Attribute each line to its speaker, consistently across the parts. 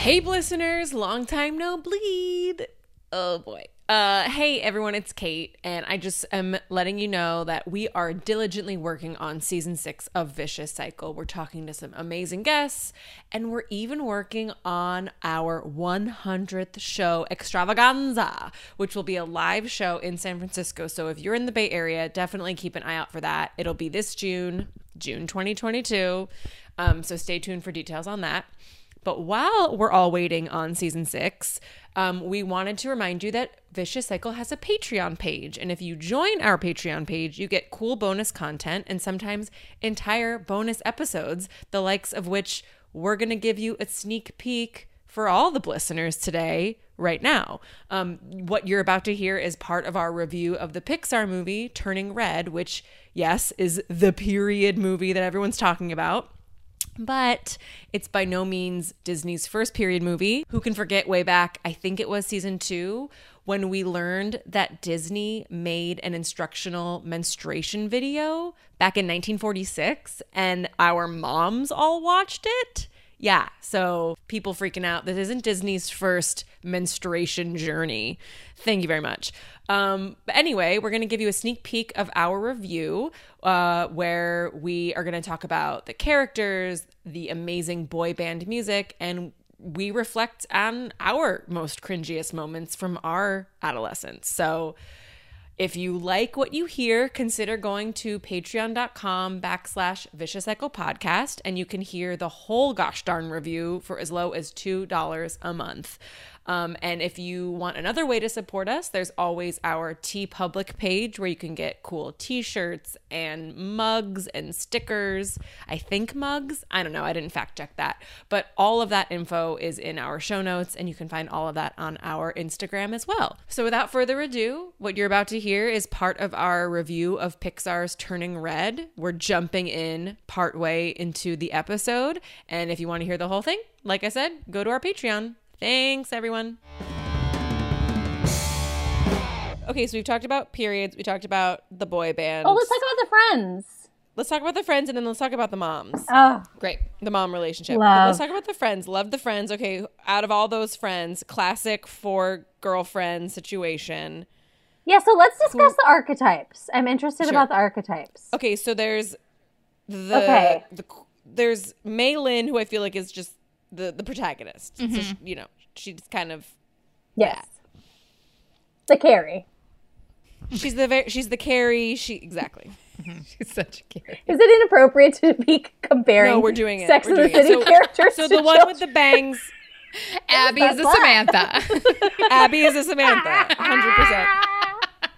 Speaker 1: Hey, listeners, long time no bleed. Oh boy. Uh, hey everyone, it's Kate, and I just am letting you know that we are diligently working on season six of Vicious Cycle. We're talking to some amazing guests, and we're even working on our 100th show, Extravaganza, which will be a live show in San Francisco. So if you're in the Bay Area, definitely keep an eye out for that. It'll be this June, June 2022. Um, so stay tuned for details on that. But while we're all waiting on season six, um, we wanted to remind you that Vicious Cycle has a Patreon page. And if you join our Patreon page, you get cool bonus content and sometimes entire bonus episodes, the likes of which we're going to give you a sneak peek for all the listeners today, right now. Um, what you're about to hear is part of our review of the Pixar movie Turning Red, which, yes, is the period movie that everyone's talking about. But it's by no means Disney's first period movie. Who can forget way back, I think it was season two, when we learned that Disney made an instructional menstruation video back in 1946 and our moms all watched it? Yeah, so people freaking out. This isn't Disney's first menstruation journey. Thank you very much. Um, but anyway, we're going to give you a sneak peek of our review uh, where we are going to talk about the characters, the amazing boy band music, and we reflect on our most cringiest moments from our adolescence. So, if you like what you hear, consider going to patreon.com backslash vicious cycle podcast and you can hear the whole gosh darn review for as low as $2 a month. Um, and if you want another way to support us, there's always our T Public page where you can get cool t shirts and mugs and stickers. I think mugs. I don't know. I didn't fact check that. But all of that info is in our show notes, and you can find all of that on our Instagram as well. So without further ado, what you're about to hear is part of our review of Pixar's Turning Red. We're jumping in partway into the episode. And if you want to hear the whole thing, like I said, go to our Patreon. Thanks, everyone. Okay, so we've talked about periods. We talked about the boy band.
Speaker 2: Oh, let's talk about the friends.
Speaker 1: Let's talk about the friends and then let's talk about the moms.
Speaker 2: Oh,
Speaker 1: Great. The mom relationship. But
Speaker 2: Love.
Speaker 1: let's talk about the friends. Love the friends. Okay, out of all those friends, classic four girlfriend situation.
Speaker 2: yeah. So let's discuss the archetypes. I'm interested about the archetypes.
Speaker 1: Okay, so there's the
Speaker 2: Okay.
Speaker 1: the there's Maylin who I feel like is just the the protagonist.
Speaker 2: Mm-hmm.
Speaker 1: So she, you know, she's kind of
Speaker 2: Yes. The Carrie.
Speaker 1: she's the very, she's the Carrie, she exactly.
Speaker 3: She's such a carrot.
Speaker 2: Is it inappropriate to be comparing?
Speaker 1: No, we're doing it.
Speaker 2: Sex
Speaker 1: We're
Speaker 2: and the
Speaker 1: doing it.
Speaker 2: City
Speaker 1: So-
Speaker 2: characters.
Speaker 1: So
Speaker 2: to
Speaker 1: the one with the bangs,
Speaker 3: Abby is a Samantha.
Speaker 1: Abby is a Samantha, 100%.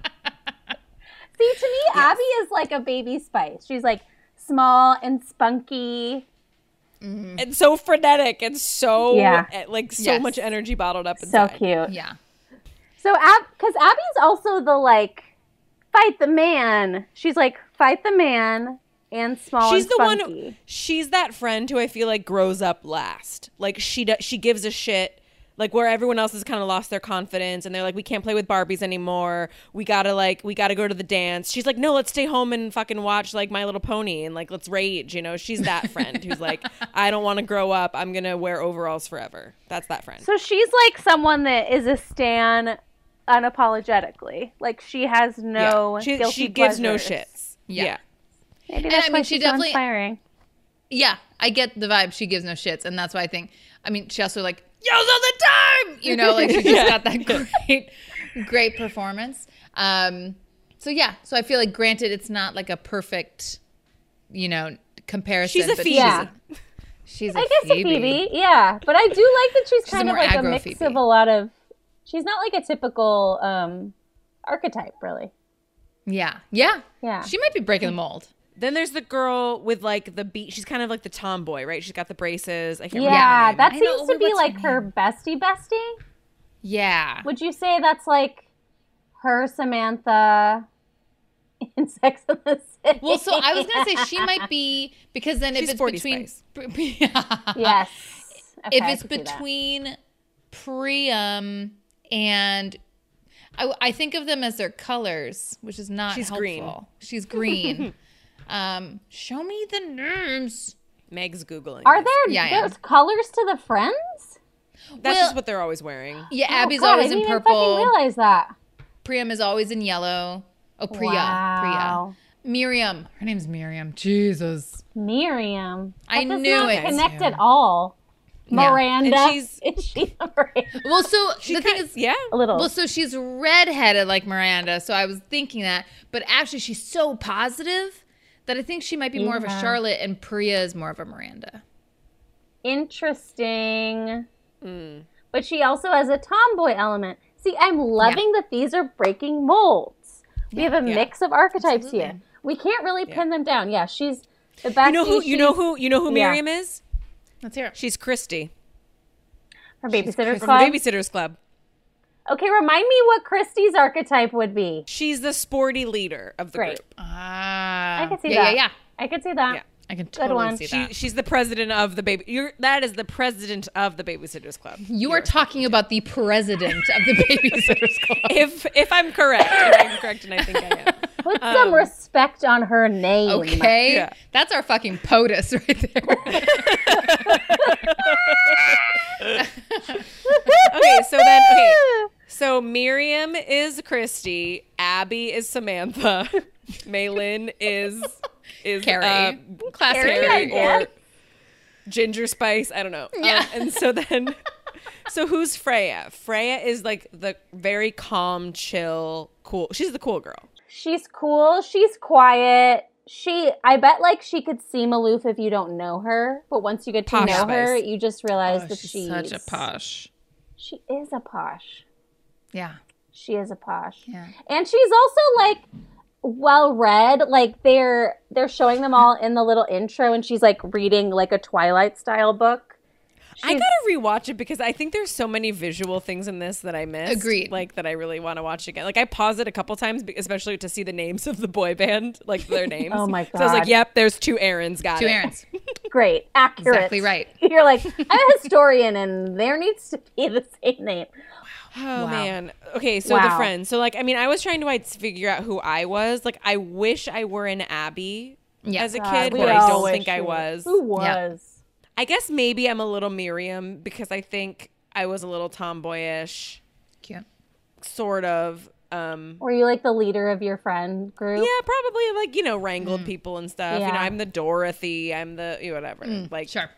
Speaker 2: children. See, to me, Abby is like a baby Spice. She's like small and spunky.
Speaker 1: And so frenetic and so
Speaker 2: Yeah.
Speaker 1: eh, like so
Speaker 3: Yes.
Speaker 1: much energy bottled up
Speaker 2: So
Speaker 1: inside.
Speaker 2: cute.
Speaker 3: yeah.
Speaker 2: So Ab, because Abby's also the like fight the man. She's like fight the man and small.
Speaker 1: She's
Speaker 2: and
Speaker 1: the
Speaker 2: spunky.
Speaker 1: one. She's that friend who I feel like grows up last. Like she do, she gives a shit. Like where everyone else has kind of lost their confidence and they're like, we can't play with Barbies anymore. We gotta like, we gotta go to the dance. She's like, no, let's stay home and fucking watch like My Little Pony and like let's rage. You know, she's that friend who's like, I don't want to grow up. I'm gonna wear overalls forever. That's that friend.
Speaker 2: So she's like someone that is a stan unapologetically. Like she has no
Speaker 1: she,
Speaker 2: guilty
Speaker 1: she gives no
Speaker 2: pleasures.
Speaker 1: shits.
Speaker 3: Yeah.
Speaker 1: yeah.
Speaker 2: Maybe
Speaker 3: And
Speaker 2: that's
Speaker 3: I
Speaker 2: why
Speaker 3: mean, she
Speaker 2: she's so
Speaker 3: definitely-
Speaker 2: inspiring.
Speaker 3: Yeah. I get the vibe. She gives no shits. And that's why I think, I mean, she also like yells all the time. You know, like she just got that great, great performance. Um, so yeah. So I feel like, granted, it's not like a perfect, you know, comparison.
Speaker 1: She's a
Speaker 3: but
Speaker 1: Phoebe.
Speaker 2: Yeah.
Speaker 3: She's a
Speaker 2: I guess a Phoebe, yeah. But I do like that she's kind
Speaker 3: a
Speaker 2: of
Speaker 3: more
Speaker 2: like a
Speaker 3: aggro
Speaker 2: mix
Speaker 3: Phoebe.
Speaker 2: of a lot of. She's not like a typical um, archetype, really.
Speaker 3: Yeah. Yeah.
Speaker 2: Yeah.
Speaker 3: She might be breaking the mold.
Speaker 1: Then there's the girl with like the beat. She's kind of like the tomboy, right? She's got the braces. I can't
Speaker 2: Yeah,
Speaker 1: remember.
Speaker 2: that
Speaker 3: I
Speaker 2: seems
Speaker 3: know-
Speaker 2: to
Speaker 3: wait,
Speaker 2: be
Speaker 3: what's her
Speaker 2: like her, bestie bestie.
Speaker 3: Yeah.
Speaker 2: Would you say that's like her Samantha in Sex and the City?
Speaker 3: Well, so I was gonna say she might be because then
Speaker 1: She's
Speaker 3: if it's
Speaker 1: 40
Speaker 3: between
Speaker 1: Spice.
Speaker 2: yes. Okay,
Speaker 3: if
Speaker 2: I
Speaker 3: it's
Speaker 2: could see that.
Speaker 3: between Priam and I, I think of them as their colors, which is not
Speaker 1: She's
Speaker 3: helpful.
Speaker 1: green.
Speaker 3: She's green. um, show me the names.
Speaker 1: Meg's googling.
Speaker 2: Are
Speaker 1: this.
Speaker 2: there
Speaker 3: Yeah, yeah.
Speaker 2: those colors to the friends?
Speaker 3: Well-
Speaker 1: That's just what they're always wearing.
Speaker 3: Yeah,
Speaker 2: Oh,
Speaker 3: Abby's
Speaker 2: God,
Speaker 3: always
Speaker 2: I didn't
Speaker 3: in
Speaker 2: even
Speaker 3: purple.
Speaker 2: fucking realize that.
Speaker 3: Priam is always in yellow. Oh, Priya.
Speaker 2: Wow.
Speaker 3: Priya. Miriam. Her name's Miriam. Jesus.
Speaker 2: Miriam. That
Speaker 3: I
Speaker 2: does
Speaker 3: knew
Speaker 2: not
Speaker 3: it.
Speaker 2: Connect
Speaker 3: Yeah.
Speaker 2: at all.
Speaker 3: Yeah.
Speaker 2: Miranda.
Speaker 1: And she's-
Speaker 2: is she a Miranda?
Speaker 3: Well, so the thing
Speaker 1: Kinda-
Speaker 3: is,
Speaker 1: yeah.
Speaker 2: A little.
Speaker 3: well, so she's redheaded like Miranda. So I was thinking that, but actually, she's so positive that I think she might be more of a
Speaker 2: Yeah.
Speaker 3: Charlotte, and Priya is more of a Miranda.
Speaker 2: Interesting.
Speaker 3: Hmm.
Speaker 1: Mm.
Speaker 2: But she also has a tomboy element. See, I'm loving that these are breaking molds. We have a
Speaker 1: yeah.
Speaker 2: mix of archetypes
Speaker 3: Absolutely.
Speaker 2: here. We can't really pin them down. Yeah, she's the back.
Speaker 1: You know who? You know who? You know who
Speaker 2: Yeah.
Speaker 1: Miriam is?
Speaker 3: Let's hear it.
Speaker 1: She's Christy
Speaker 2: Her
Speaker 1: from
Speaker 2: babysitter's
Speaker 1: the
Speaker 2: club.
Speaker 1: Babysitters Club.
Speaker 2: okay, remind me what Christie's archetype would be.
Speaker 1: She's the sporty leader of the
Speaker 2: Great.
Speaker 1: group.
Speaker 3: Ah,
Speaker 2: I can see
Speaker 3: yeah,
Speaker 2: that.
Speaker 3: Yeah, yeah,
Speaker 2: I could see that.
Speaker 1: Yeah.
Speaker 3: I can totally
Speaker 2: one.
Speaker 3: see that.
Speaker 1: She, she's the president of the baby. You're, that is the president of the Babysitters Club.
Speaker 3: you are talking about the president of the Babysitters Club.
Speaker 1: If if I'm correct, if I'm correct, and I think I am.
Speaker 2: Put some respect on her name.
Speaker 3: Okay,
Speaker 1: Yeah.
Speaker 3: that's our fucking POTUS right there.
Speaker 1: Okay, so then okay, so Miriam is Christy, Abby is Samantha, Malin is is
Speaker 3: Carrie.
Speaker 1: uh, class
Speaker 2: Carrie,
Speaker 1: Carrie
Speaker 2: I guess.
Speaker 1: or Ginger Spice. I don't know. Um,
Speaker 3: Yeah.
Speaker 1: and so then, so who's Freya? Freya is like the very calm, chill, cool. She's the cool girl.
Speaker 2: She's cool. She's quiet. She, I bet, like she could seem aloof if you don't know her, but once you get to
Speaker 1: Posh
Speaker 2: know her,
Speaker 1: spice.
Speaker 2: you just realize that she's,
Speaker 3: Oh, such a posh.
Speaker 2: She is a posh.
Speaker 3: Yeah.
Speaker 2: She is a posh,
Speaker 3: Yeah.
Speaker 2: and she's also like well read. Like they're they're showing them all in the little intro, and she's like reading like a Twilight style book.
Speaker 1: I
Speaker 2: She's-
Speaker 1: gotta rewatch it because I think there's so many visual things in this that I missed.
Speaker 3: Agreed.
Speaker 1: Like that I really want to watch again. Like I paused it a couple times, be- especially to see the names of the boy band, like their names.
Speaker 2: Oh my
Speaker 1: So I was like,
Speaker 2: God.
Speaker 1: "Yep, there's two Aaron's. Got
Speaker 3: Two
Speaker 1: it."
Speaker 3: errands.
Speaker 2: Great, accurate,
Speaker 3: Exactly right.
Speaker 2: You're like I'm a historian, and there needs to be the same name.
Speaker 1: Oh
Speaker 3: Wow.
Speaker 1: man. Okay, so the
Speaker 2: Wow.
Speaker 1: friends. So like, I mean, I was trying to like, figure out who I was. Like, I wish I were an Abby
Speaker 3: Yeah.
Speaker 1: as a
Speaker 2: God,
Speaker 1: kid,
Speaker 2: Uh, we
Speaker 1: but I
Speaker 2: all
Speaker 1: don't
Speaker 2: wish
Speaker 1: think I
Speaker 2: we were-
Speaker 1: was.
Speaker 2: Who
Speaker 3: Yeah.
Speaker 2: was?
Speaker 1: I guess maybe I'm a little Miriam because I think I was a little tomboyish,
Speaker 3: Cute.
Speaker 1: sort of. Um,
Speaker 2: Were you like the leader of your friend group?
Speaker 1: Yeah, probably like you know wrangled
Speaker 2: Mm.
Speaker 1: people and stuff. You know,
Speaker 2: Yeah.
Speaker 1: I'm the Dorothy. I'm the you know, whatever. like
Speaker 3: Sure.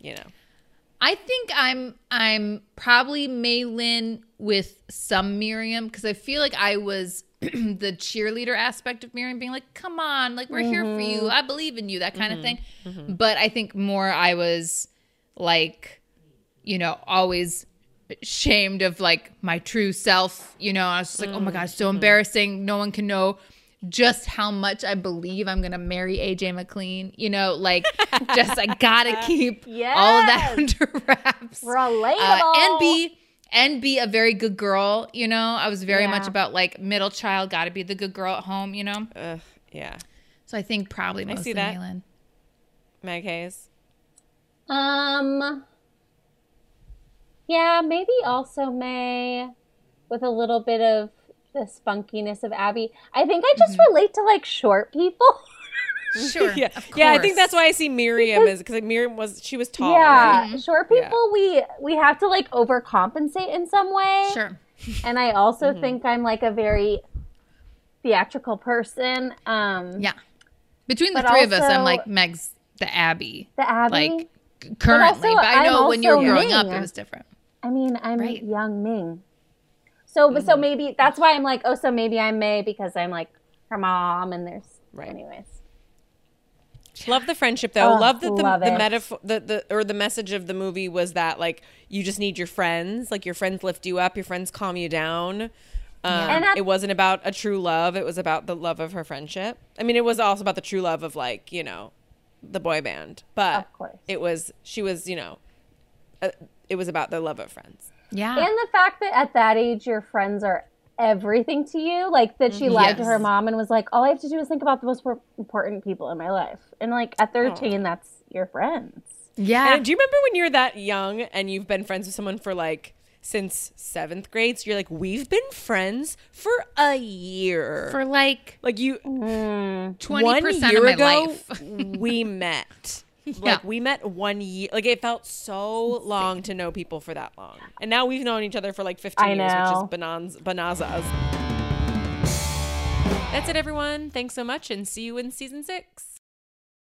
Speaker 1: you know,
Speaker 3: I think I'm I'm probably Maylin with some Miriam because I feel like I was the cheerleader aspect of Miriam being like, "Come on, like we're here for you. I believe in you." That kind of thing. But I think more I was like, you know, always shamed of like my true self. You know, I was just like, "Oh my god, it's so
Speaker 1: Mm-hmm.
Speaker 3: embarrassing. No one can know." Just how much I believe I'm gonna marry AJ McLean, you know, like just I gotta keep all of that
Speaker 2: Yes.
Speaker 3: under wraps.
Speaker 2: Relatable.
Speaker 3: Uh, and be and be a very good girl. You know, I was very
Speaker 2: Yeah.
Speaker 3: much about like middle child, got to be the good girl at home. You know,
Speaker 1: Ugh, yeah.
Speaker 3: so I think probably mostly
Speaker 1: see that.
Speaker 3: Malin.
Speaker 1: Meg Hayes.
Speaker 2: Um. Yeah, maybe also May, with a little bit of the spunkiness of Abby. I think I just relate to like short people.
Speaker 3: Sure,
Speaker 1: Yeah,
Speaker 3: of course.
Speaker 1: yeah. I think that's why I see Miriam is because Miriam was she was tall. right?
Speaker 2: Oh, yeah, short people. We we have to like overcompensate in some way.
Speaker 3: Sure,
Speaker 2: And I also
Speaker 3: Mm-hmm.
Speaker 2: think I'm like a very theatrical person. Um,
Speaker 3: yeah. Between the
Speaker 2: But
Speaker 3: three of us, I'm
Speaker 2: also-
Speaker 3: like Meg's the Abby,
Speaker 2: the Abby.
Speaker 3: like c- currently. But,
Speaker 2: also,
Speaker 3: I know
Speaker 2: I'm
Speaker 3: when you were
Speaker 2: also
Speaker 3: growing up,
Speaker 2: Ming.
Speaker 3: it was different.
Speaker 2: I mean, I'm
Speaker 3: Right. Mm-hmm.
Speaker 2: young Ming. So, but so maybe that's why I'm like, oh, so maybe I'm May because I'm like her mom, and there's
Speaker 1: Right.
Speaker 2: Anyways,
Speaker 1: Love the friendship though.
Speaker 2: Ugh,
Speaker 1: love that the,
Speaker 2: Oh, love
Speaker 1: the
Speaker 2: it.
Speaker 1: metaphor, the, the or the message of the movie was that like you just need your friends. Like your friends lift you up. Your friends calm you down. Um,
Speaker 2: And at-
Speaker 1: it wasn't about a true love. It was about the love of her friendship. I mean, it was also about the true love of like you know, the boy band. But
Speaker 2: Of course.
Speaker 1: it was she was you know, uh, it was about their love of friends.
Speaker 3: Yeah,
Speaker 2: and the fact that at that age your friends are everything to you, like that she lied to
Speaker 3: Mm-hmm. Yes.
Speaker 2: her mom and was like, all I have to do is think about the most por- important people in my life, and like at thirteen, that's your friends.
Speaker 3: yeah.
Speaker 1: And do you remember when you're that young and you've been friends with someone for like since seventh grade? So you're like, we've been friends for a year.
Speaker 3: For like
Speaker 1: like you
Speaker 2: Mm.
Speaker 3: twenty percent of my life.
Speaker 1: we met. Like we met one year. Like it felt so long to know people for that long, and now we've known each other for like 15
Speaker 2: I
Speaker 1: years, which
Speaker 2: know.
Speaker 1: is bonanz- bonanzas. That's it, everyone. Thanks so much, and see you in season six.